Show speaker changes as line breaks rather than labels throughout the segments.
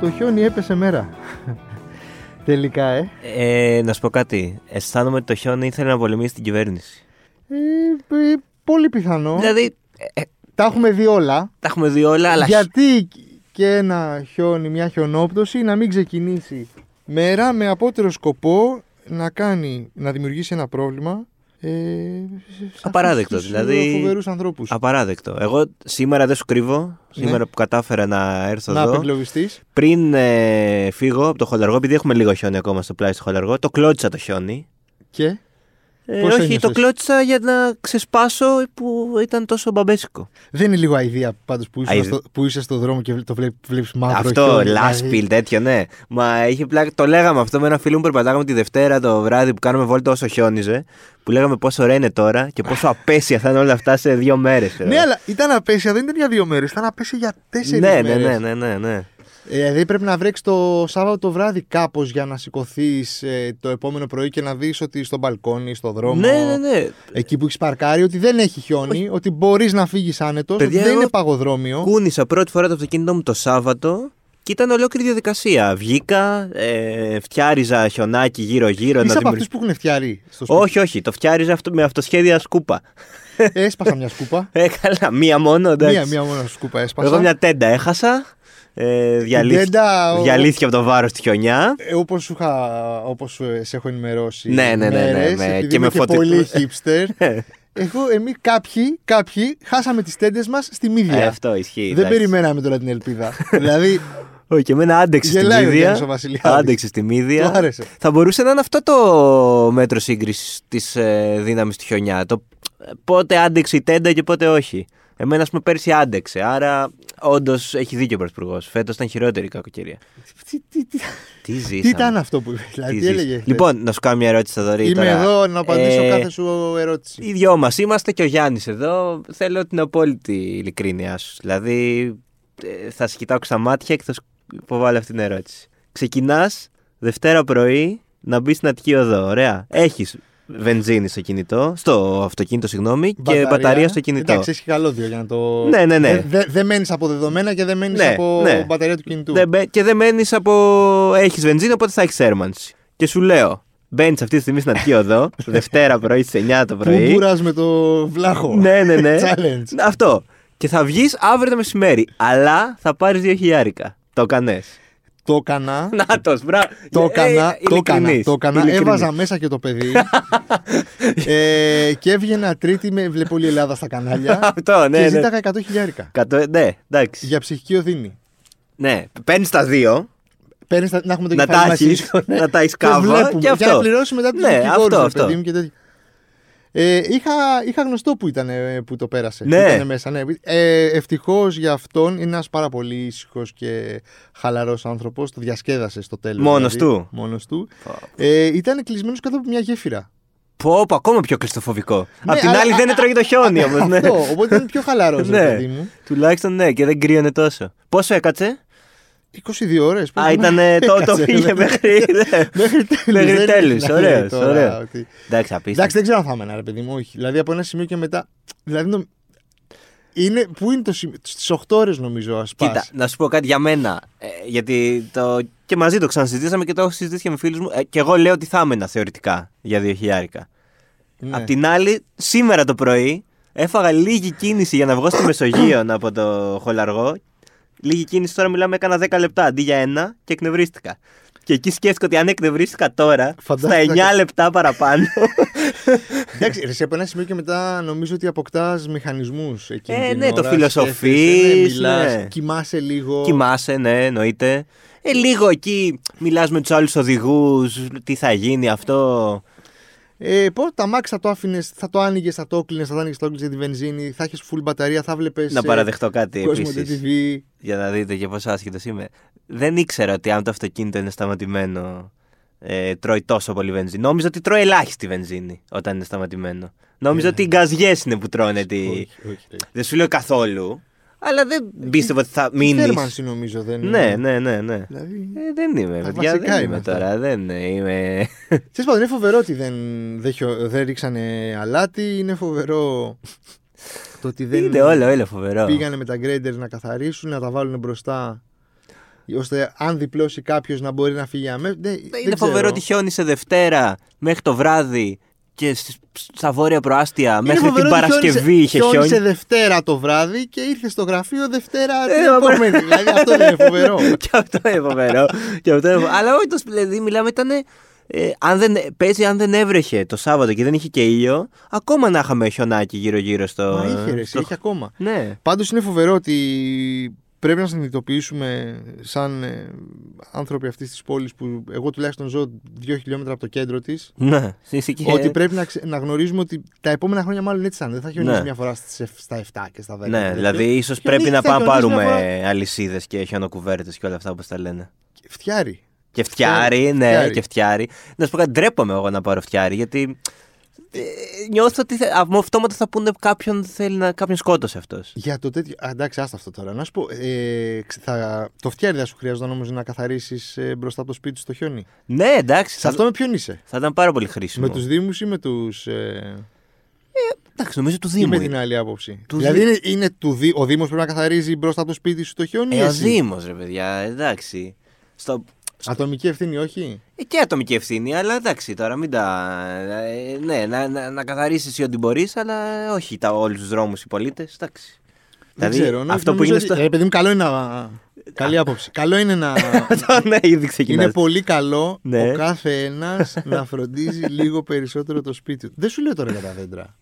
το χιόνι έπεσε μέρα. Τελικά, ε.
Ε, να σου πω κάτι. Αισθάνομαι ότι το χιόνι ήθελε να πολεμήσει την κυβέρνηση.
Ε, ε, πολύ πιθανό.
Δηλαδή, ε, ε,
Τα έχουμε δει όλα.
τα έχουμε δει όλα, αλλά.
Γιατί και ένα χιόνι, μια χιονόπτωση να μην ξεκινήσει μέρα με απότερο σκοπό να κάνει, να δημιουργήσει ένα πρόβλημα ε, σε αυτούς
Απαράδεκτο,
τους ε,
δηλαδή-
φοβερούς ανθρώπους.
Απαράδεκτο. Εγώ σήμερα δεν σου κρύβω. Σήμερα που κατάφερα να έρθω
να
εδώ.
απεγκλωβιστείς.
Πριν ε, φύγω από το χολαργό, επειδή έχουμε λίγο χιόνι ακόμα στο πλάι στο χολαργό, το κλώτσα το χιόνι.
Και
Ε,
Πώς
όχι,
ένιωσες?
το κλώτσα για να ξεσπάσω που ήταν τόσο μπαμπέσικο.
δεν είναι λίγο αηδία πάντως που είσαι,
Αηδ-
στο, που ήσουν στο δρόμο και βλέ- το βλέπ- βλέπεις μαύρο
αυτό,
χιόνι,
λάσπιλ,
δηλαδή.
τέτοιο, ναι. Μα είχε πλάκα. Το λέγαμε αυτό με ένα φίλο μου που περπατάγαμε τη Δευτέρα το βράδυ που κάναμε βόλτα όσο χιόνιζε. Που λέγαμε πόσο ωραία είναι τώρα και πόσο απέσια θα είναι όλα αυτά σε δύο μέρες.
Ναι, αλλά ήταν απέσια, δεν ήταν για δύο μέρες, ήταν απέσια για τέσσερις
ε. ναι, ναι,
μέρες.
ναι, ναι, ναι, ναι.
Ε, δηλαδή πρέπει να βρέξεις το Σάββατο το βράδυ κάπως για να σηκωθείς το επόμενο πρωί και να δεις ότι στο μπαλκόνι, στο δρόμο,
Ναι, ναι, ναι.
εκεί που έχεις παρκάρει, ότι δεν έχει χιόνι, ότι μπορείς να φύγεις άνετος, ότι
Παιδιά,
δεν
εγώ-
είναι παγοδρόμιο.
Κούνησα πρώτη φορά το αυτοκίνητό μου το Σάββατο και ήταν ολόκληρη διαδικασία. Βγήκα, ε, φτιάριζα χιονάκι γύρω-γύρω.
Είσαι από
δημιουργήσω-
αυτούς που έχουν φτιάρει στο σπίτι.
Όχι, όχι, το φτιάριζα αυτό, με αυτοσχέδια σκούπα.
Έσπασα μια σκούπα.
Έκανα μία μόνο, εντάξει.
μία, μία μόνο σκούπα έσπασα.
Εγώ μια τέντα έχασα. Ε, διαλύθη-
τέντα, ο-
Διαλύθηκε από το βάρος στη χιονιά.
Ε, Όπως σου είχα, όπως ε, σε έχω ενημερώσει.
Ναι, ναι, ναι, ναι,
μέρες,
ναι,
επειδή
και
είμαι
με φωτι-
πολύ hipster. Εγώ, εμεί κάποιοι, κάποιοι χάσαμε τις τέντες μας στη μύδια.
Ε, αυτό ισχύει.
Ναι. δεν
εντάξει.
περιμέναμε τώρα την ελπίδα. δηλαδή,
Όχι, και εμένα άντεξε στη
Γελάει ο Γιάννης ο
μύδια.
Βασιλιάδης.
Άντεξε στη μύδια.
Του άρεσε.
Θα μπορούσε να είναι αυτό το μέτρο σύγκρισης της ε, δύναμης του χιονιά. Το ε, πότε άντεξε η τέντα και πότε όχι. Εμένα, ας πούμε, πέρσι άντεξε. Άρα, όντως έχει δίκιο ο Πρωθυπουργός. Φέτος ήταν χειρότερη η κακοκαιρία.
τι, τι, τι,
Τι ζήσαμε.
τι ήταν αυτό που είπε, δηλαδή,
Τι
τι
ζήσαμε.
έλεγε. χθες.
Λοιπόν, να σου κάνω μια ερώτηση, Θοδωρή.
είμαι
τώρα.
εδώ να απαντήσω
Ε,
κάθε σου ερώτηση.
Οι δυο μας είμαστε και ο Γιάννης εδώ. Θέλω την απόλυτη ειλικρίνειά σου. Δηλαδή, ε, θα σε κοιτάξω στα μάτια και θα σου υποβάλω αυτή την ερώτηση. Ξεκινάς Δευτέρα πρωί να μπεις στην Αττική Οδό. Ωραία. Έχεις βενζίνη στο κινητό, στο αυτοκίνητο, συγγνώμη, και μπαταρία στο κινητό.
Εντάξει, έχει καλώδιο για να το.
Ναι, ναι, ναι.
Δεν δε, δεν μένεις από δεδομένα και δεν μένεις
Ναι,
από
ναι.
μπαταρία του κινητού.
Δεν μπε- και δεν μένεις από. Έχεις βενζίνη, οπότε θα έχεις θέρμανση. Και σου λέω, μπαίνεις αυτή τη στιγμή στην Αττική Οδό, Δευτέρα πρωί στις 9 το πρωί.
Πούμπουρα με το βλάχο.
Ναι, ναι, ναι.
Challenge.
Αυτό. Και θα βγεις αύριο το μεσημέρι. Αλλά θα πάρεις δύο χιλιάρικα. Το κανέ.
Το έκανα.
Να το μπράβο.
Το
Ε,
έκανα.
ε,
Το έκανα.
ειλικρινής,
Το έκανα.
ειλικρινής.
Έβαζα μέσα και το παιδί. ε, και έβγαινα τρίτη με βλέπω όλη η Ελλάδα στα κανάλια.
Αυτό, ναι.
και
ναι.
ζήταγα 100 χιλιάρικα.
Κατώ- ναι, εντάξει.
Για ψυχική οδύνη.
Ναι, παίρνεις τα δύο.
Παίρνεις τα- να έχουμε το
Να
κεφάλι
τα
μας
έχεις,
ήσυχο, ναι.
να τα έχεις
Και
κάβα
βλέπουμε.
και
Για να
αυτό.
πληρώσει μετά του
Ναι,
δικηγόρους,
αυτό,
ρε
αυτό.
παιδί μου, και τέτοια. Ε, είχα, είχα γνωστό που ήταν ε, που το πέρασε.
Ναι.
που ήτανε μέσα, ναι. Ε, Ευτυχώς για αυτόν είναι ένας πάρα πολύ ήσυχος και χαλαρός άνθρωπος. Το διασκέδασε στο τέλος.
Μόνος του.
Μόνος του.
Πω.
Ε, ήταν κλεισμένος κάτω από μια γέφυρα.
Πω, πω, ακόμα πιο κλειστοφοβικό.
Ναι,
Απ' την
αλλά-
άλλη δεν έτρωγε το χιόνι όμω. Ναι.
Αυτό. Οπότε ήταν πιο χαλαρός,
Ναι.
παιδί μου.
Τουλάχιστον ναι, και δεν κρύωνε τόσο. Πόσο έκατσε.
22 ώρες.
Α, ήταν το το πήγε μέχρι. ναι.
Μέχρι τέλους.
Μέχρι
Δεν
τέλους,
να λέει
ωραίος,
τώρα
ωραίος.
ότι-
Εντάξει,
Εντάξει,
απίστευτο.
δεν ξέρω αν θα έμενα, ρε παιδί μου, όχι. Δηλαδή από ένα σημείο και μετά. Δηλαδή. νομ- Είναι, πού είναι το σημείο. Στις 8 ώρες νομίζω, ας πούμε.
Κοίτα, να σου πω κάτι για μένα. Ε, γιατί το... και μαζί το ξανασυζητήσαμε και το έχω συζητήσει και με φίλους μου. Ε, και εγώ λέω ότι θα έμενα θεωρητικά για δύο χιλιάρικα.
Ναι.
Απ' την άλλη, σήμερα το πρωί έφαγα λίγη κίνηση για να βγω στη Μεσογείο από το χολαργό. Λίγη κίνηση τώρα μιλάμε, έκανα 10 λεπτά αντί για ένα και εκνευρίστηκα. Και εκεί σκέφτηκα ότι αν εκνευρίστηκα τώρα,
Φαντάστηκα
στα 9
και-
λεπτά παραπάνω.
Εντάξει, ρε, σε από ένα σημείο και μετά νομίζω ότι αποκτάς μηχανισμούς εκεί.
Ε, ναι, το φιλοσοφείς, ναι.
Κοιμάσαι λίγο.
Κοιμάσαι, ναι, εννοείται. Ε, λίγο εκεί μιλάς με τους άλλους οδηγούς, τι θα γίνει αυτό.
Ε, πώς τα μάξ θα το άφηνες, θα το άνοιγες, θα το κλείνε, θα το άνοιγες, θα το κλείνε τη βενζίνη, θα έχεις full μπαταρία, θα βλέπεις.
Να παραδεχτώ κάτι
Κόσμο
επίσης.
TV.
για να δείτε και πόσο άσχετο είμαι. Δεν ήξερα ότι αν το αυτοκίνητο είναι σταματημένο ε, τρώει τόσο πολύ βενζίνη. Νόμιζα ότι τρώει ελάχιστη βενζίνη όταν είναι σταματημένο. Νόμιζα ότι οι γκαζιές είναι που τρώνε τη.
Όχι, όχι, ρε.
Δεν σου λέω καθόλου, αλλά δεν πίστευα ότι θα μείνει.
Θέρμανση νομίζω δεν είναι.
Ναι, ναι, ναι, ναι.
Δηλαδή,
Ε, δεν είμαι,
Τα
παιδιά,
βασικά
δεν
είναι
είμαι
αυτά.
τώρα. Δεν είμαι.
Τέλος πάντων, είναι φοβερό ότι δεν, δεν, χιο- δεν ρίξανε αλάτι. Είναι φοβερό το ότι δεν
Είναι όλο, όλο φοβερό.
πήγανε με τα graders να καθαρίσουν, να τα βάλουν μπροστά. ώστε αν διπλώσει κάποιος να μπορεί να φύγει αμέσως. Δεν, δεν
Ναι, Είναι
ξέρω.
φοβερό ότι χιόνισε Δευτέρα μέχρι το βράδυ και στις- στα βόρεια προάστια
Είναι
μέχρι την
φοβερό ότι
Παρασκευή
χιόνισε-
είχε χιόνι.
Χιόνισε Δευτέρα το βράδυ και ήρθε στο γραφείο Δευτέρα
Ε,
την
μα- Ε,
επόμενη. δηλαδή αυτό δεν είναι φοβερό.
και αυτό είναι φοβερό. και αυτό είναι φο- Αλλά όχι, το σπ- δηλαδή μιλάμε ήταν. Ε, αν δεν, παίζει αν δεν έβρεχε το Σάββατο και δεν είχε και ήλιο, ακόμα να είχαμε χιονάκι γύρω-γύρω στο.
Μα είχε ρε, εσύ,
στο-
είχε ακόμα.
Ναι.
Πάντως είναι φοβερό ότι πρέπει να συνειδητοποιήσουμε σαν ε, άνθρωποι αυτής της πόλης που εγώ τουλάχιστον ζω δύο χιλιόμετρα από το κέντρο της
Ναι. Είσαι και-
ότι πρέπει να, ξε- να γνωρίζουμε ότι τα επόμενα χρόνια μάλλον έτσι θα είναι. Δεν θα χιονίσει
Ναι.
μια φορά στις, εφ- στα 7 και στα 10.
Ναι, δηλαδή ίσω
Χιονίζει,
πρέπει να
θα
πάμε να
χιονίζει μια
πάρουμε αλυσίδες και χιονοκουβέρτες και όλα αυτά όπως τα λένε.
Φτιάρι.
Και φτιάρι,
Φτιάρι,
ναι,
φτιάρι.
και φτιάρι. Να σου πω κάτι, ντρέπομαι εγώ να πάρω φτιάρι, γιατί ε, νιώθω ότι θε- α, μου αυτόματα θα πούνε κάποιον, θέλει να, κάποιον σκότωσε αυτός.
Για το τέτοιο. Α, εντάξει, άστα αυτό τώρα. Να σου πω. Ε, ξε- θα... Το φτιάρι δεν σου χρειαζόταν όμως να καθαρίσεις ε, μπροστά από το σπίτι σου στο χιόνι.
Ναι, εντάξει,
Σε
θα,
αυτό με ποιον είσαι.
θα ήταν πάρα πολύ χρήσιμο.
Με τους Δήμους ή με τους. Ε...
Εντάξει, νομίζω του
Ή
Δήμου.
με την
είναι.
άλλη άποψη.
Του
δηλαδή
Δήμου.
είναι, είναι του Δήμου. Ο Δήμος πρέπει να καθαρίζει μπροστά από το σπίτι σου το χιόνι. ή
Ε, ο
εσύ?
Δήμος, ρε παιδιά, εντάξει. Στο...
Ατομική ευθύνη, όχι.
ε, Και ατομική ευθύνη, αλλά εντάξει τώρα, μην τα. ε, ναι, να, να, να καθαρίσεις εσύ ό,τι μπορείς, αλλά όχι τα όλους τους δρόμους οι πολίτες. Εντάξει.
Δεν
Δηλαδή,
ξέρω. νο-
αυτό που
νομίζω
είναι
ότι-
στο.
Ε, παιδί μου, καλό είναι να. Καλή άποψη. Καλό είναι να.
ναι, ήδη ξεκινάς.
Είναι πολύ καλό
Ναι.
ο κάθε ένα να φροντίζει λίγο περισσότερο το σπίτι του. Δεν σου λέω τώρα για τα δέντρα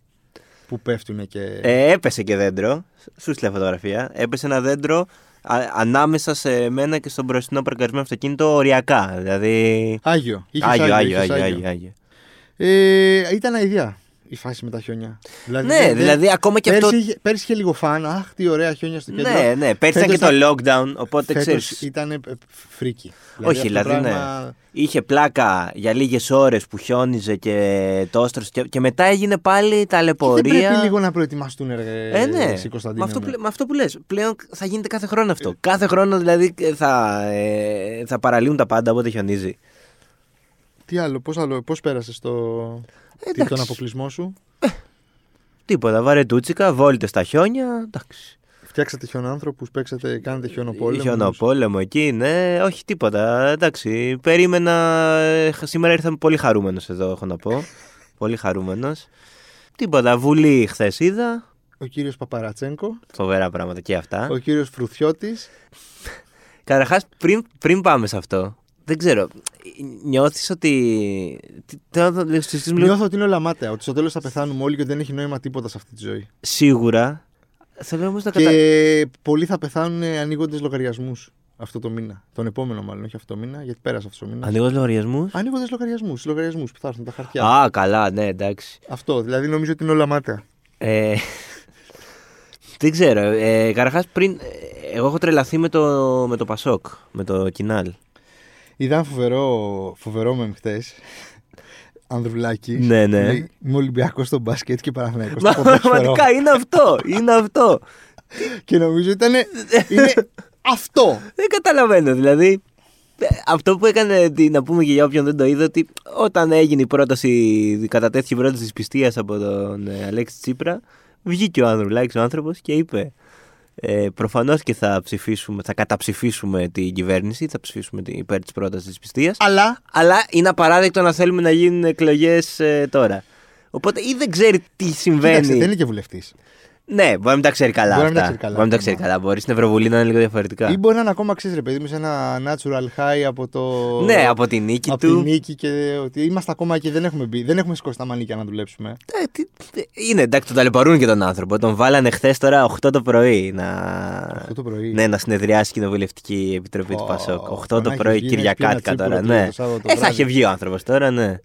που πέφτουν και.
Ε, έπεσε και δέντρο. Σου στείλα φωτογραφία. Έπεσε ένα δέντρο α- ανάμεσα σε μένα και στον μπροστινό παρκαρισμένο αυτοκίνητο οριακά. Δηλαδή.
Άγιο. Είχες
Άγιο, άγιο,
είχες
άγιο, άγιο, άγιο.
Ε, ήταν αηδία η φάση με τα χιόνια. Δηλαδή,
Ναι,
δεν-
δηλαδή ακόμα και
Πέρσι,
αυτό.
είχε, πέρσι είχε λίγο φαν. Αχ, τι ωραία χιόνια στο κέντρο.
Ναι, ναι, πέρσι ήταν και το
Φέτος
lockdown, οπότε ξέρει.
Φέτος ήταν ε, φρίκι.
Όχι, δηλαδή, ναι. Είχε πλάκα για λίγες ώρες που χιόνιζε και το όστρο. Και, και μετά έγινε πάλι
Πορεία... Δεν πρέπει
ταλαιπωρία.
λίγο να προετοιμαστούν ρε,
Ε, ναι.
εσύ,
Με
Κωνσταντίνε. Ε.
αυτό,
μου.
που, λέ- με αυτό που λες, πλέον θα γίνεται κάθε χρόνο αυτό. Κάθε χρόνο δηλαδή ε, θα, ε, θα παραλύουν τα πάντα όποτε χιονίζει.
Τι άλλο, πώς, άλλο, πώς πέρασες το...
Ε,
τι,
εντάξει.
τον αποκλεισμό σου.
Τίποτα, βαρετούτσικα, βόλτε στα χιόνια, εντάξει.
Φτιάξατε χιονάνθρωπους, παίξατε, κάνετε χιονοπόλεμους.
Χιονοπόλεμο εκεί, ναι, όχι τίποτα, εντάξει. Περίμενα, ε, σήμερα ήρθαμε πολύ χαρούμενος εδώ, έχω να πω. πολύ χαρούμενος. Τίποτα, βουλή χθες είδα,
Ο κύριος Παπαρατσένκο,
φοβερά πράγματα και αυτά.
ο κύριος Φρουθιώτης.
Καταρχάς, πριν, πριν πάμε σε αυτό, δεν ξέρω. Νιώθεις ότι. τι- Τώρα θα λέω στις- μιλάω-
Νιώθω ότι είναι όλα μάταια, ότι στο τέλος θα πεθάνουμε όλοι και ότι δεν έχει νόημα τίποτα σε αυτή τη ζωή.
Σίγουρα. Θέλω όμως να Ε, κατα...
Και πολλοί θα πεθάνουν ανοίγοντας λογαριασμούς αυτό το μήνα. Τον επόμενο μάλλον, όχι αυτό το μήνα, γιατί πέρασε αυτό το μήνα.
Ανοίγω λογαριασμούς.
Ανοίγοντας λογαριασμούς, λογαριασμούς που θα έρθουν τα χαρτιά.
Α, καλά, ναι, εντάξει.
Αυτό, δηλαδή νομίζω ότι είναι όλα μάταια.
Ε, δεν ξέρω. Ε, Καταρχάς, πριν. ε, Εγώ έχω τρελαθεί με το, με το Πασόκ, με το Κινάλ.
Είδα ένα φοβερό, φοβερό με χθε. Ανδρουλάκης.
Ναι, ναι.
Λέει, Είμαι Ολυμπιακός στο μπάσκετ και Παναθηναϊκός
Μα
στο ποδόσφαιρο.
πραγματικά είναι αυτό. Είναι αυτό.
Και νομίζω ήταν. είναι αυτό.
Δεν καταλαβαίνω. Δηλαδή, ε, αυτό που έκανε, τι- να πούμε και για όποιον δεν το είδε, ότι όταν έγινε η πρόταση, κατατέθηκε η πρόταση της πιστεία από τον ε, Αλέξη Τσίπρα, βγήκε ο Ανδρουλάκης ο άνθρωπος και είπε. Ε, Προφανώς και θα ψηφίσουμε, θα καταψηφίσουμε την κυβέρνηση, θα ψηφίσουμε την- υπέρ της πρότασης της πιστεία.
Αλλά.
Αλλά είναι απαράδεκτο να θέλουμε να γίνουν εκλογές τώρα. Οπότε ή δεν ξέρει τι συμβαίνει.
Κοίταξε, δεν είναι και βουλευτής.
Ναι, μπορεί να μην τα ξέρει καλά.
Μπορεί να μην τα
αυτά.
ξέρει καλά,
Μπορεί να μην τα ξέρει
ναι.
καλά. Μπορεί στην Ευρωβουλή να είναι λίγο διαφορετικά.
Ή μπορεί να είναι ακόμα ξέρεις, ρε παιδί μου, σε ένα natural high από το.
Ναι, από τη νίκη
από
του.
τη νίκη και ότι είμαστε ακόμα και δεν έχουμε μπει. Δεν έχουμε σηκώσει τα μανίκια να δουλέψουμε.
Ε, τι- τι- Είναι εντάξει, τον ταλαιπωρούν και τον άνθρωπο. Τον βάλανε χθες τώρα 8 το πρωί να.
8 το πρωί.
Ναι, να συνεδριάσει η Κοινοβουλευτική Επιτροπή του
Ω,
Πασόκ. 8
τον
το
έχει
πρωί,
βγει να έχει πει
Κυριακάτικα
ένα
τώρα.
τσίπουρο
Ναι.
το Σάββατο
Ε, θα
βράδυ.
είχε βγει ο άνθρωπος τώρα, ναι.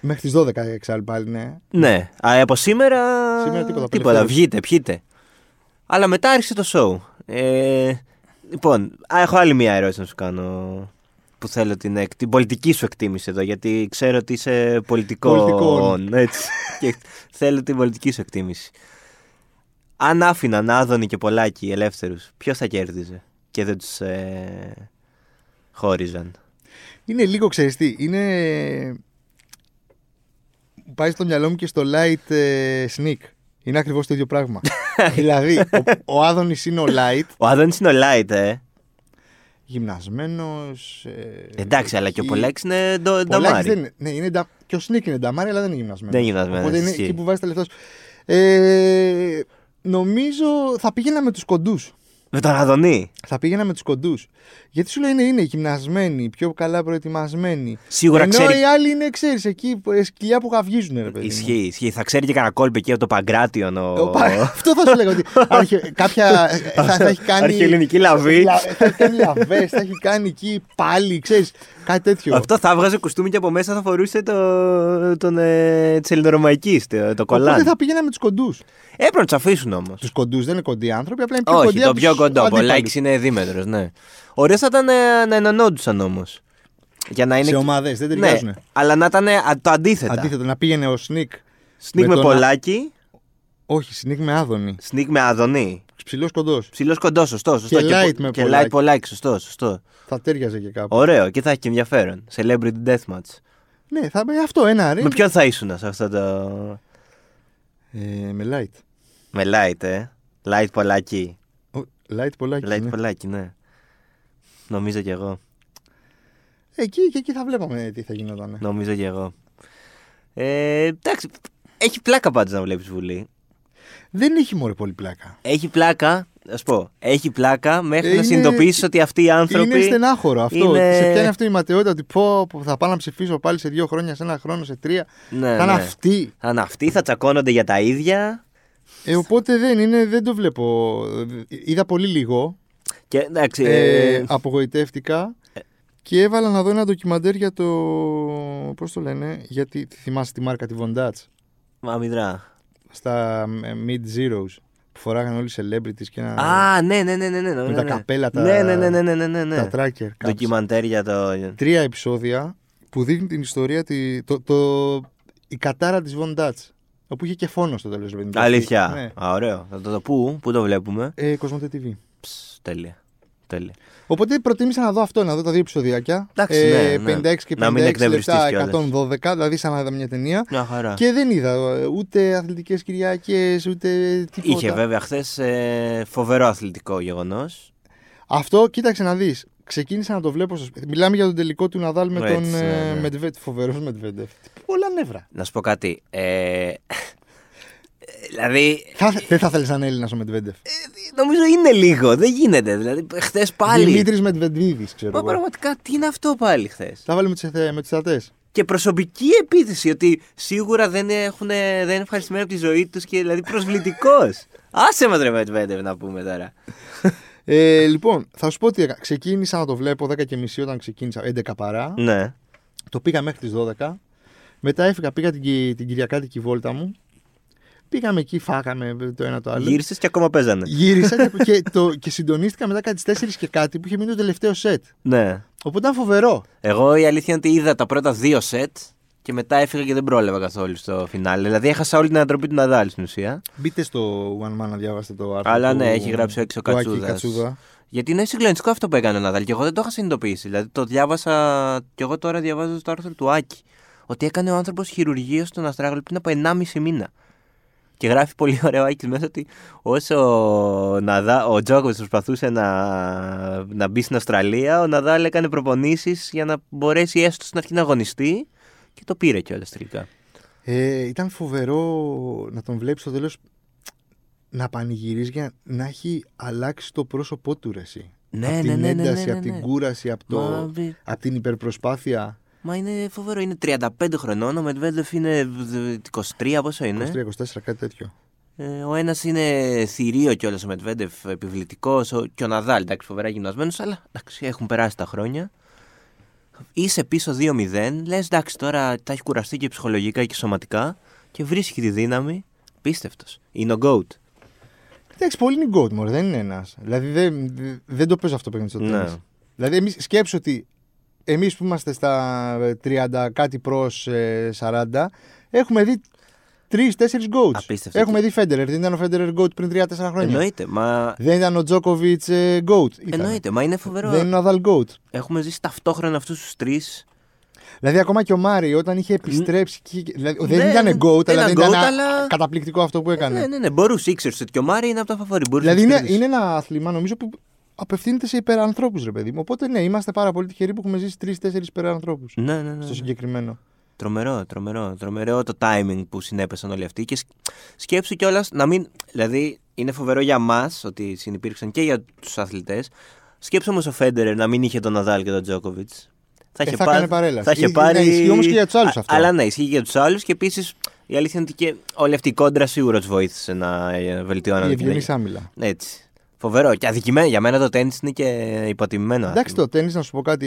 Μέχρι τις 12 εξάλλου πάλι, ναι.
Ναι. Α, από σήμερα.
Σήμερα τίποτα,
τίποτα.
απελευθέρωση.
Βγείτε, πιείτε. Αλλά μετά άρχισε το σοου. Ε, λοιπόν, α, έχω άλλη μία ερώτηση να σου κάνω. Που θέλω την, εκ- την πολιτική σου εκτίμηση εδώ, γιατί ξέρω ότι είσαι πολιτικό. ναι,
Πολιτικών.
Έτσι. και θέλω την πολιτική σου εκτίμηση. Αν άφηναν Άδωνη και Πολάκη ελεύθερους, ποιος θα κέρδιζε και δεν τους ε, χώριζαν.
Είναι λίγο ξεριστή. Είναι. Πάει στο μυαλό μου και στο light ε, sneak. Είναι ακριβώς το ίδιο πράγμα. δηλαδή, ο, ο Άδωνης είναι ο light
Ο Άδωνης είναι ο Light, ε.
γυμνασμένος... ε,
Εντάξει, αλλά και ο
εκεί.
Πολάκης είναι ντο-
Ο Λάκης
νταμάρι.
δεν είναι- ναι, είναι ντα- και ο Σνίκ είναι νταμάρι, αλλά δεν είναι γυμνασμένος.
Δεν είναι γυμνασμένος,
Οπότε είναι
ισχύει.
εκεί που βάζει τα λεφτά σου. Ε, νομίζω θα πήγαινα με τους κοντούς.
Με τον Αδονή.
Θα πήγαινα με τους κοντούς. Γιατί σου λέει είναι, είναι γυμνασμένοι, πιο καλά προετοιμασμένοι.
Σίγουρα
Ενώ
ξέρει.
οι άλλοι είναι, ξέρεις, εκεί ε, σκυλιά που καυγίζουν, ρε παιδί. μου.
Ισχύει, ισχύει. Θα ξέρει και κανένα κόλπο εκεί από το Παγκράτιον. Ο...
Ο πα- Αυτό θα σου λέγω. Ότι αρχαι- κάποια. θα, θα έχει κάνει.
Αρχαιοελληνική λαβή.
Λα- Θα έχει κάνει λαβές, θα έχει κάνει εκεί πάλι, ξέρεις, κάτι τέτοιο.
Αυτό θα έβγαζε κουστούμι και από μέσα θα φορούσε το, τον, ε, της ελληνορωμαϊκής, το, το κολάν.
Οπότε θα πήγαινα με τους κοντούς.
Έπρεπε να τους αφήσουν όμως.
Τους κοντούς δεν είναι κοντοί άνθρωποι, απλά είναι πιο
Όχι,
κοντοί.
το
από
πιο
τους
κοντό. Ο
αντίπαλους.
Πολάκης είναι δίμετρος, ναι. Ωραίος θα ήταν ε, να ενωνόντουσαν όμως. Για να είναι.
Σε ομάδες, δεν
ναι,
ταιριάζουν.
αλλά να ήταν ε, α, το αντίθετα.
Αντίθετα, να πήγαινε ο Σνικ.
Σνίκ με,
τον-
Πολάκη,
Όχι, Σνικ με άδωνη.
σνίκ με Αδονή.
Ψηλός κοντός.
Ψηλός κοντός, σωστό. σωστό.
Και light
πο-
με
και
Πολάκη.
light Πολάκης, σωστό, σωστό.
Θα τέριαζε και κάπου.
Ωραίο και θα έχει και ενδιαφέρον. Celebrity Deathmatch.
Ναι, θα πει αυτό, ένα ρε.
Με ποιον θα ήσουν σε αυτό το.
Ε, με light.
Με light, ε. Light Πολάκη.
Ο, light πολλάκι.
Light
ναι.
Πολάκη, ναι. Νομίζω κι εγώ.
Εκεί και εκεί θα βλέπαμε τι θα γινόταν.
Νομίζω κι εγώ. Ε, εντάξει, έχει πλάκα πάντως να βλέπεις Βουλή.
Δεν έχει μόνο πολύ πλάκα.
Έχει πλάκα, ας πω, έχει πλάκα μέχρι
Είναι-
να συνειδητοποιήσεις ότι αυτοί οι άνθρωποι.
Είναι στενάχωρο αυτό.
είναι-
Σε πιάνει αυτή η ματαιότητα ότι πω, πω, θα πάω να ψηφίσω πάλι σε δύο χρόνια, σε ένα χρόνο, σε τρία.
Ναι,
θα είναι
ναι.
αυτή.
Θα είναι αυτοί, θα τσακώνονται για τα ίδια.
Ε, οπότε δεν, είναι, δεν το βλέπω. Είδα πολύ λίγο.
Και εντάξει.
Ε,
ε,
απογοητεύτηκα. Και έβαλα να δω ένα ντοκιμαντέρ για το. Πώς το λένε, γιατί θυμάσαι τη μάρκα τη Βοντάτς.
Αμυδρά.
στα Mid Zeros που φοράγαν όλοι οι celebrities και ένα,
Α, ναι, ναι, ναι, ναι. ναι, ναι,
τα
ναι.
καπέλα, τα-
Ναι, ναι, ναι, ναι, ναι, ναι, ναι, ναι.
τα Ναι. tracker. caps.
Ντοκιμαντέρ για το.
Τρία επεισόδια που δείχνουν την ιστορία, τη, το, το, η κατάρα της Von Dutch, όπου είχε και φόνο στο τέλος. ρε παιδί μου.
Αλήθεια.
Ναι.
Α, ωραίο. Θα το, το πού, πού το βλέπουμε.
Ε, Κοσμοτέ TV.
Ψ, τέλεια. Τέλεια.
Οπότε προτίμησα να δω αυτό, να δω τα δύο επεισοδιάκια.
Εντάξει, ναι, ναι.
56 και
Να μην
56 λεπτά,
εκνευριστείς κιόλας. Ναι.
112, δηλαδή σαν να είδα μια ταινία.
Μια χαρά.
Και δεν είδα ε, ούτε αθλητικές Κυριακές, ούτε τίποτα.
Είχε βέβαια χθες φοβερό αθλητικό γεγονός.
Αυτό, κοίταξε να δεις. Ξεκίνησα να το βλέπω στο σπίτι. Μιλάμε για τον τελικό του Ναδάλ με
Έτσι,
τον
ναι,
ε,
ναι.
Μετβέντεφ. Φοβερός Μετβέντεφ. Πολλά νεύρα.
Να σου πω κάτι. Ε, δηλαδή,
Θα, δεν θα θέλεις να είναι Έλληνας ο Μετβέντεφ.
νομίζω είναι λίγο. Δεν γίνεται. Δηλαδή, χθες πάλι.
Δημήτρης Μετβεντίδης, ξέρω
Μα
εγώ.
πραγματικά, τι είναι αυτό πάλι χθες.
Τα βάλει με του με τους θεατές.
Και προσωπική επίθεση ότι σίγουρα δεν, έχουν, δεν είναι ευχαριστημένοι από τη ζωή τους και δηλαδή προσβλητικός. Άσε μας ρε Μετβέντεβ να πούμε τώρα.
Ε, λοιπόν, θα σου πω τι έκανα. Ξεκίνησα να το βλέπω 10 και μισή όταν ξεκίνησα, 11 παρά.
ναι.
Το πήγα μέχρι τις 12. Μετά έφυγα, πήγα την, Κυ- την Κυριακάτικη βόλτα μου. Πήγαμε εκεί, φάγαμε το ένα το άλλο.
Γύρισες και ακόμα παίζανε.
Γύρισα και, και, το, και συντονίστηκα μετά κάτι 4 και κάτι που είχε μείνει το τελευταίο σετ.
Ναι.
Οπότε ήταν φοβερό.
Εγώ η αλήθεια είναι ότι είδα τα πρώτα δύο σετ και μετά έφυγα και δεν πρόλαβα καθόλου στο φινάλε. Δηλαδή έχασα όλη την ανατροπή του Ναδάλ στην ουσία.
Μπείτε στο One Man να διαβάσετε το άρθρο.
Αλλά
του-
ναι, έχει γράψει ο έξω
του Άκη
Κατσούδας.
Κατσούδα.
Γιατί είναι συγκλονιστικό αυτό που έκανε ο Ναδάλ και εγώ δεν το είχα συνειδητοποιήσει. Δηλαδή το διάβασα και εγώ τώρα διαβάζω το άρθρο του Άκη. Ότι έκανε ο άνθρωπος χειρουργείο στον Αστράγαλο πριν από 1,5 μήνα. Και γράφει πολύ ωραίο ο Άκης μέσα ότι όσο ο Ναδά, ο Τζόκοβιτ προσπαθούσε να, να μπει στην Αυστραλία, ο Ναδάλ έκανε προπονήσεις για να μπορέσει έστω στην αρχή να αγωνιστεί και το πήρε κιόλα τελικά.
Ε, ήταν φοβερό να τον βλέπεις στο τέλος να πανηγυρίζεις για να έχει αλλάξει το πρόσωπό του ρε εσύ.
Ναι,
από
ναι,
την
ναι, ναι,
ένταση,
ναι,
από την
ναι.
κούραση, από, το,
Μα, βι-
από την υπερπροσπάθεια.
Μα είναι φοβερό, είναι 35 χρονών, ο Μετβέντεφ είναι 23, πόσο είναι.
23-24, κάτι τέτοιο.
Ε, ο ένας είναι θηρίο κιόλας ο Μετβέντεφ, επιβλητικός, και ο Ναδάλ, εντάξει, φοβερά γυμνασμένος, αλλά εντάξει, έχουν περάσει τα χρόνια. Είσαι πίσω 2-0, λες εντάξει, τώρα τα έχει κουραστεί και ψυχολογικά και σωματικά και βρίσκει τη δύναμη. Πίστευτος. Είναι ο Goat.
Εντάξει, πολύ είναι γκότ, μωρέ, δεν είναι ένας. Δηλαδή δεν, δεν το παίζω αυτό το παιχνίδι στο
Ναι.
τέλο. Δηλαδή, εμείς σκέψου ότι εμείς που είμαστε στα ε, 30 κάτι προς 40, έχουμε δει 3-4 goats.
Απίστευτο.
Έχουμε δει Federer. Δεν ήταν ο Federer goat πριν 3-4 χρόνια.
Εννοείται, μα.
Δεν ήταν ο Τζόκοβιτ goat. Ήταν.
Εννοείται, μα είναι φοβερό.
Δεν είναι ο Nadal goat.
Έχουμε ζήσει ταυτόχρονα αυτούς τους τρεις.
Δηλαδή, ακόμα και ο Μάρι όταν είχε επιστρέψει. και είχε- Δηλαδή, δεν
Ναι,
ήταν
δεν
goat, αλλά
ήταν
δεν ήταν
goat,
α-
αλλά-
καταπληκτικό αυτό που έκανε.
Ναι, ναι, ναι, μπορούσε, ήξερε ότι και ο Μάρι είναι από τα φαβορή. μπορούσε
Δηλαδή
να
είναι,
τους κερδίσει.
είναι ένα άθλημα νομίζω που απευθύνεται σε υπερανθρώπους, ρε παιδί μου. Οπότε ναι, είμαστε πάρα πολύ τυχεροί που έχουμε ζήσει τρει-τέσσερι υπερανθρώπους.
Ναι, ναι, ναι.
Στο συγκεκριμένο.
Τρομερό, τρομερό. Τρομερό το timing που συνέπεσαν όλοι αυτοί. Και σκ- σκέψου κιόλας να μην. Δηλαδή, είναι φοβερό για μας ότι συνεπήρξαν και για τους αθλητές. Σκέψου όμως ο Φέντερερ να μην είχε τον Ναδάλ και τον Τζόκοβιτ.
Ε, θα έκανε παρέλαση.
Θα είχε
Ή-
πάρει.
ναι, ισχύει όμως και για τους άλλους
Α-
αυτό.
Αλλά ναι, ισχύει και για τους άλλους. Και επίσης η αλήθεια είναι ότι και όλη αυτή η κόντρας σίγουρα τους βοήθησε να ε,
Η
βελτιώναν
ευγενή άμυλα.
Έτσι. Φοβερό. Και αδικημένο. Για μένα το τέννις είναι και υποτιμημένο.
Εντάξει,
άθλημα.
το τέννη, να σου πω κάτι,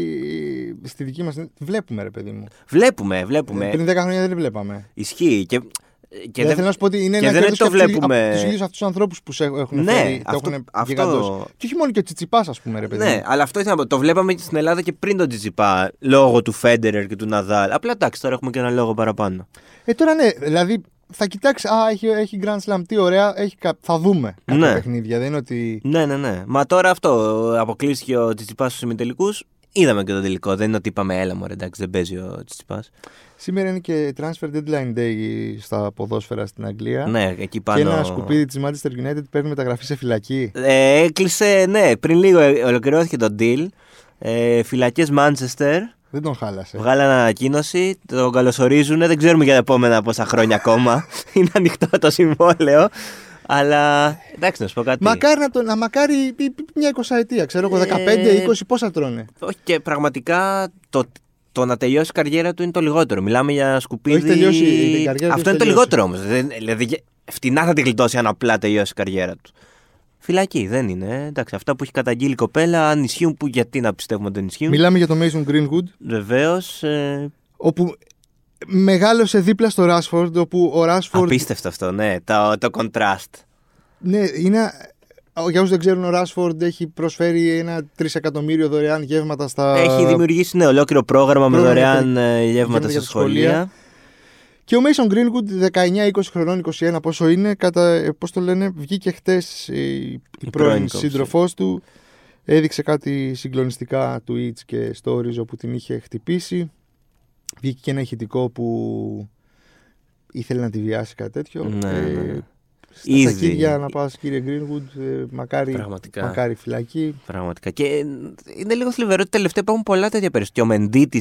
έχει. Στη δική μας. Βλέπουμε, ρε παιδί μου.
Βλέπουμε, βλέπουμε.
Ε, Πριν 10 χρόνια δεν βλέπαμε.
Ισχύει. Ναι. Και, ε,
Και
και
δεν
δεν-
θέλω να σου πω ότι είναι
και
ένα
δεν
κέρδος
το
και από τους-
βλέπουμε.
Από τους ίδιους αυτούς τους ανθρώπους που σε έχουν
Ναι,
φέρει,
αυτό-
το έχουν
αυτό-
γιγαντώσει. Και όχι μόνο και ο Τσιτσιπάς, ας πούμε, ρε παιδί.
Ναι,
μου.
αλλά αυτό ήθελα να πω. Το βλέπαμε και στην Ελλάδα και πριν τον Τζιτζιπά λόγω του Φέντερερ και του Ναδάλ. Απλά εντάξει, τώρα έχουμε και ένα λόγο παραπάνω.
Ε, τώρα ναι, δηλαδή θα κοιτάξει. Α, έχει, έχει Grand Slam, τι ωραία. Έχει, κα- θα δούμε κάποια
Ναι.
παιχνίδια. Δεν είναι ότι.
Ναι, ναι, ναι. Μα τώρα αυτό. Αποκλείστηκε ο Τζιτζιπά στους ημιτελικούς. Είδαμε και τον τελικό. Δεν είναι ότι είπαμε έλα μου, εντάξει, δεν παίζει ο Τζιτζιπά.
Σήμερα είναι και transfer deadline day στα ποδόσφαιρα στην Αγγλία.
Ναι, εκεί
Και
πάνω.
ένα σκουπίδι της Manchester United παίρνει μεταγραφή σε φυλακή.
Ε, έκλεισε, ναι, πριν λίγο ε, ολοκληρώθηκε το deal. Ε, Φυλακές Μάντσεστερ.
Δεν τον χάλασε.
Βγάλανε ανακοίνωση, τον καλωσορίζουν. Δεν ξέρουμε για τα επόμενα πόσα χρόνια ακόμα. Είναι ανοιχτό το συμβόλαιο. Αλλά εντάξει, να σου πω κάτι.
Μακάρι να, το, να μακάρι π- π- μια εικοσαετία, ξέρω εγώ,
Ε,
15-20 πόσα τρώνε.
Όχι, και πραγματικά το, το να τελειώσει η καριέρα του είναι το λιγότερο. Μιλάμε για σκουπίδι.
Το έχει τελειώσει, η καριέρα του έχει
Αυτό είναι το
τελειώσει.
λιγότερο όμως. Δηλαδή, φτηνά θα την γλιτώσει αν απλά τελειώσει η καριέρα του. Φυλακή δεν είναι. ε. Εντάξει, αυτά που έχει καταγγείλει η κοπέλα, αν ισχύουν, που γιατί να πιστεύουμε ότι δεν ισχύουν.
Μιλάμε για τον Mason Greenwood,
Βεβαίως. Ε,
όπου μεγάλωσε δίπλα στο Ράσφορντ, όπου ο Ράσφορντ.
απίστευτο αυτό, ναι. Το, το contrast.
Ναι, είναι. Για όσους δεν ξέρουν, ο Ράσφορντ έχει προσφέρει ένα τρισεκατομμύριο δωρεάν γεύματα στα.
Έχει δημιουργήσει ναι, ολόκληρο πρόγραμμα με
πρόγραμμα για
δωρεάν ε,
γεύματα
γεύματα
για
στα
τα σχολεία.
σχολεία.
Και ο Mason Greenwood, 19-20 χρονών, 21 πόσο είναι, κατά, ε, πώς το λένε, βγήκε χτες ε, η, η πρώην
πρώην κόψη.
σύντροφός του, έδειξε κάτι συγκλονιστικά tweets και stories όπου την είχε χτυπήσει. Βγήκε και ένα ηχητικό που ήθελε να τη βιάσει κάτι τέτοιο.
Ναι, ναι, ναι.
στα Ήδη.
Ήδη.
να πας κύριε Greenwood, ε, μακάρι,
Πραγματικά.
μακάρι φυλακή.
Πραγματικά. Και ε, είναι λίγο θλιβερό ότι τελευταία υπάρχουν πολλά τέτοια περιστατικά. Και ο Μεντή τη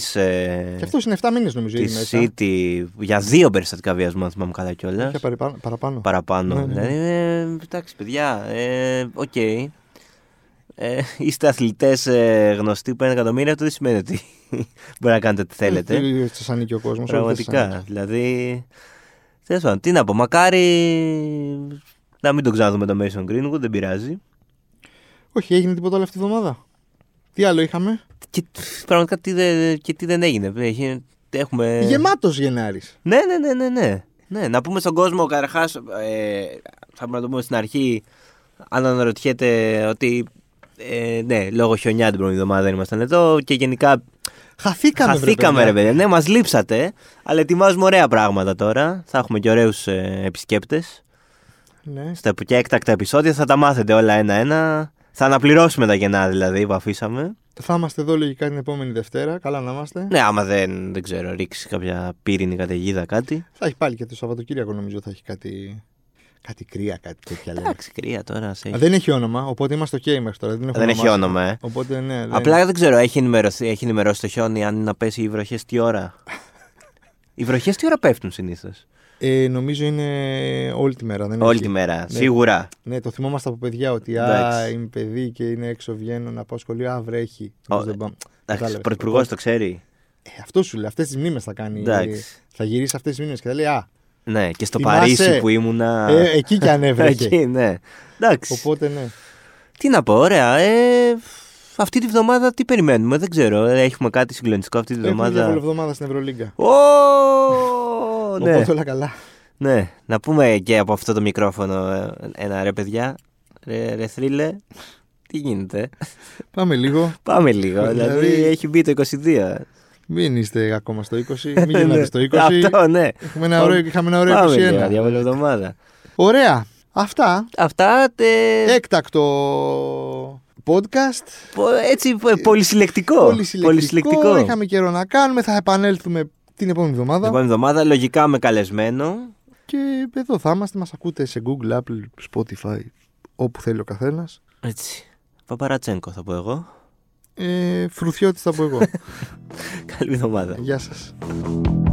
Και αυτός είναι 7 μήνες νομίζω είναι μέσα.
City για δύο περιστατικά βιασμού, αν θυμάμαι καλά κιόλας.
Ποια παρεπάνω- παραπάνω.
Παραπάνω.
Ναι, ναι, ναι.
Δηλαδή, ε, εντάξει, παιδιά. ε, Οκ. Ε, είστε αθλητές γνωστοί που ένα εκατομμύριο, αυτό δεν σημαίνει ότι μπορεί να κάνετε ό,τι θέλετε.
Δεν σας ανήκει ο κόσμος. όχι, δεν σας ανήκει.
Πραγματικά. Δηλαδή. Τέλος πάντων, τι να πω. Μακάρι να μην τον ξαναδούμε τον Mason Greenwood, δεν πειράζει.
Όχι, έγινε τίποτα όλη αυτή τη βδομάδα. Τι άλλο είχαμε.
Και πραγματικά τι, δεν- και τι δεν έγινε. Έχει- Έχουμε...
Γεμάτος Γενάρης.
Ναι, ναι, ναι, ναι, ναι. Ναι, να πούμε στον κόσμο καταρχάς. Ε, θα πρέπει να το πούμε στην αρχή. Αν αναρωτιέται ότι. Ε, ναι, λόγω χιονιά την προηγούμενη εβδομάδα δεν ήμασταν εδώ και γενικά
Χαθήκαμε, βρε
Χαθήκαμε,
παιδιά.
ρε παιδιά. Ναι, μας λείψατε. Αλλά ετοιμάζουμε ωραία πράγματα τώρα. Θα έχουμε και ωραίους ε, επισκέπτες.
Ναι.
Στα επ- και έκτακτα επεισόδια θα τα μάθετε όλα ένα-ένα. Θα αναπληρώσουμε τα γεννά δηλαδή που αφήσαμε.
Θα είμαστε εδώ λογικά την επόμενη Δευτέρα. Καλά να είμαστε.
Ναι, άμα δεν, δεν ξέρω, ρίξει κάποια πύρινη καταιγίδα κάτι.
Θα έχει πάλι και το Σαββατοκύριακο νομίζω θα έχει κάτι. Κάτι κρύα, κάτι τέτοια λέμε.
Εντάξει, κρύα τώρα. Σε...
Α, Δεν έχει όνομα, οπότε είμαστε ok μέχρι τώρα. Δεν,
δεν έχει όνομα, ε.
Οπότε ναι. δεν-
Απλά δεν ξέρω, έχει ενημερωθεί, έχει ενημερώσει το χιόνι αν είναι να πέσει οι βροχές τι ώρα. οι βροχές τι ώρα πέφτουν συνήθως.
Ε, νομίζω είναι όλη τη μέρα. Δεν
Όλη
έχει.
τη μέρα,
Ναι.
σίγουρα.
Ναι, το θυμόμαστε από παιδιά ότι α,
Εντάξει.
είμαι παιδί και είναι έξω, βγαίνω να πάω σχολείο. Α, βρέχει.
Ω,
Δεν πάω. Κατάλαβες.
Εντάξει, ο πρωθυπουργός το ξέρει.
Ε, αυτό σου λέει, αυτές τις μνήμες θα κάνει.
Εντάξει.
Θα γυρίσεις αυτές τις μνήμες και θα λέει Α,
Ναι, και στο
Θυμάσαι?
Παρίσι που ήμουνα.
ε, εκεί και αν έβρεχε.
Εκεί, ναι. Εντάξει.
Οπότε ναι.
Τι να πω, ωραία. Ε, αυτή τη βδομάδα τι περιμένουμε, δεν ξέρω. Ε, Έχουμε κάτι συγκλονιστικό αυτή τη
Έχουμε
βδομάδα.
εβδομάδα στην Ευρωλίγκα.
Ω, ναι.
Οπότε όλα καλά.
ναι. Να πούμε και από αυτό το μικρόφωνο ε, ένα ρε παιδιά. Ρε, ρε θρύλε, τι γίνεται.
Πάμε λίγο.
Πάμε λίγο. δηλαδή
Δηλαδή-
έχει μπει το 22.
Μην είστε ακόμα στο 20. Μην γίνετε
Ναι.
στο 20.
Αυτό, ναι.
Έχουμε ένα ωραίο, είχαμε ένα ωραίο
Πάμε λίγο
21.
για όλη εβδομάδα.
Ωραία. Αυτά.
Αυτά ε,
Έκτακτο podcast.
πο- έτσι πο- πολυσυλλεκτικό.
ε, Πολυσυλλεκτικό.
Πολυσυλλεκτικό.
Είχαμε καιρό να κάνουμε. Θα επανέλθουμε την επόμενη
Την
εβδομάδα.
επόμενη Λοιπόν, εβδομάδα λογικά με καλεσμένο.
Και εδώ θα είμαστε. Μας ακούτε σε Google, Apple, Spotify. Όπου θέλει ο καθένας.
Έτσι. Παπαρατσέγκο θα πω εγώ.
Ε, φρουθιώτης θα πω εγώ.
Καλή εβδομάδα.
Γεια σας.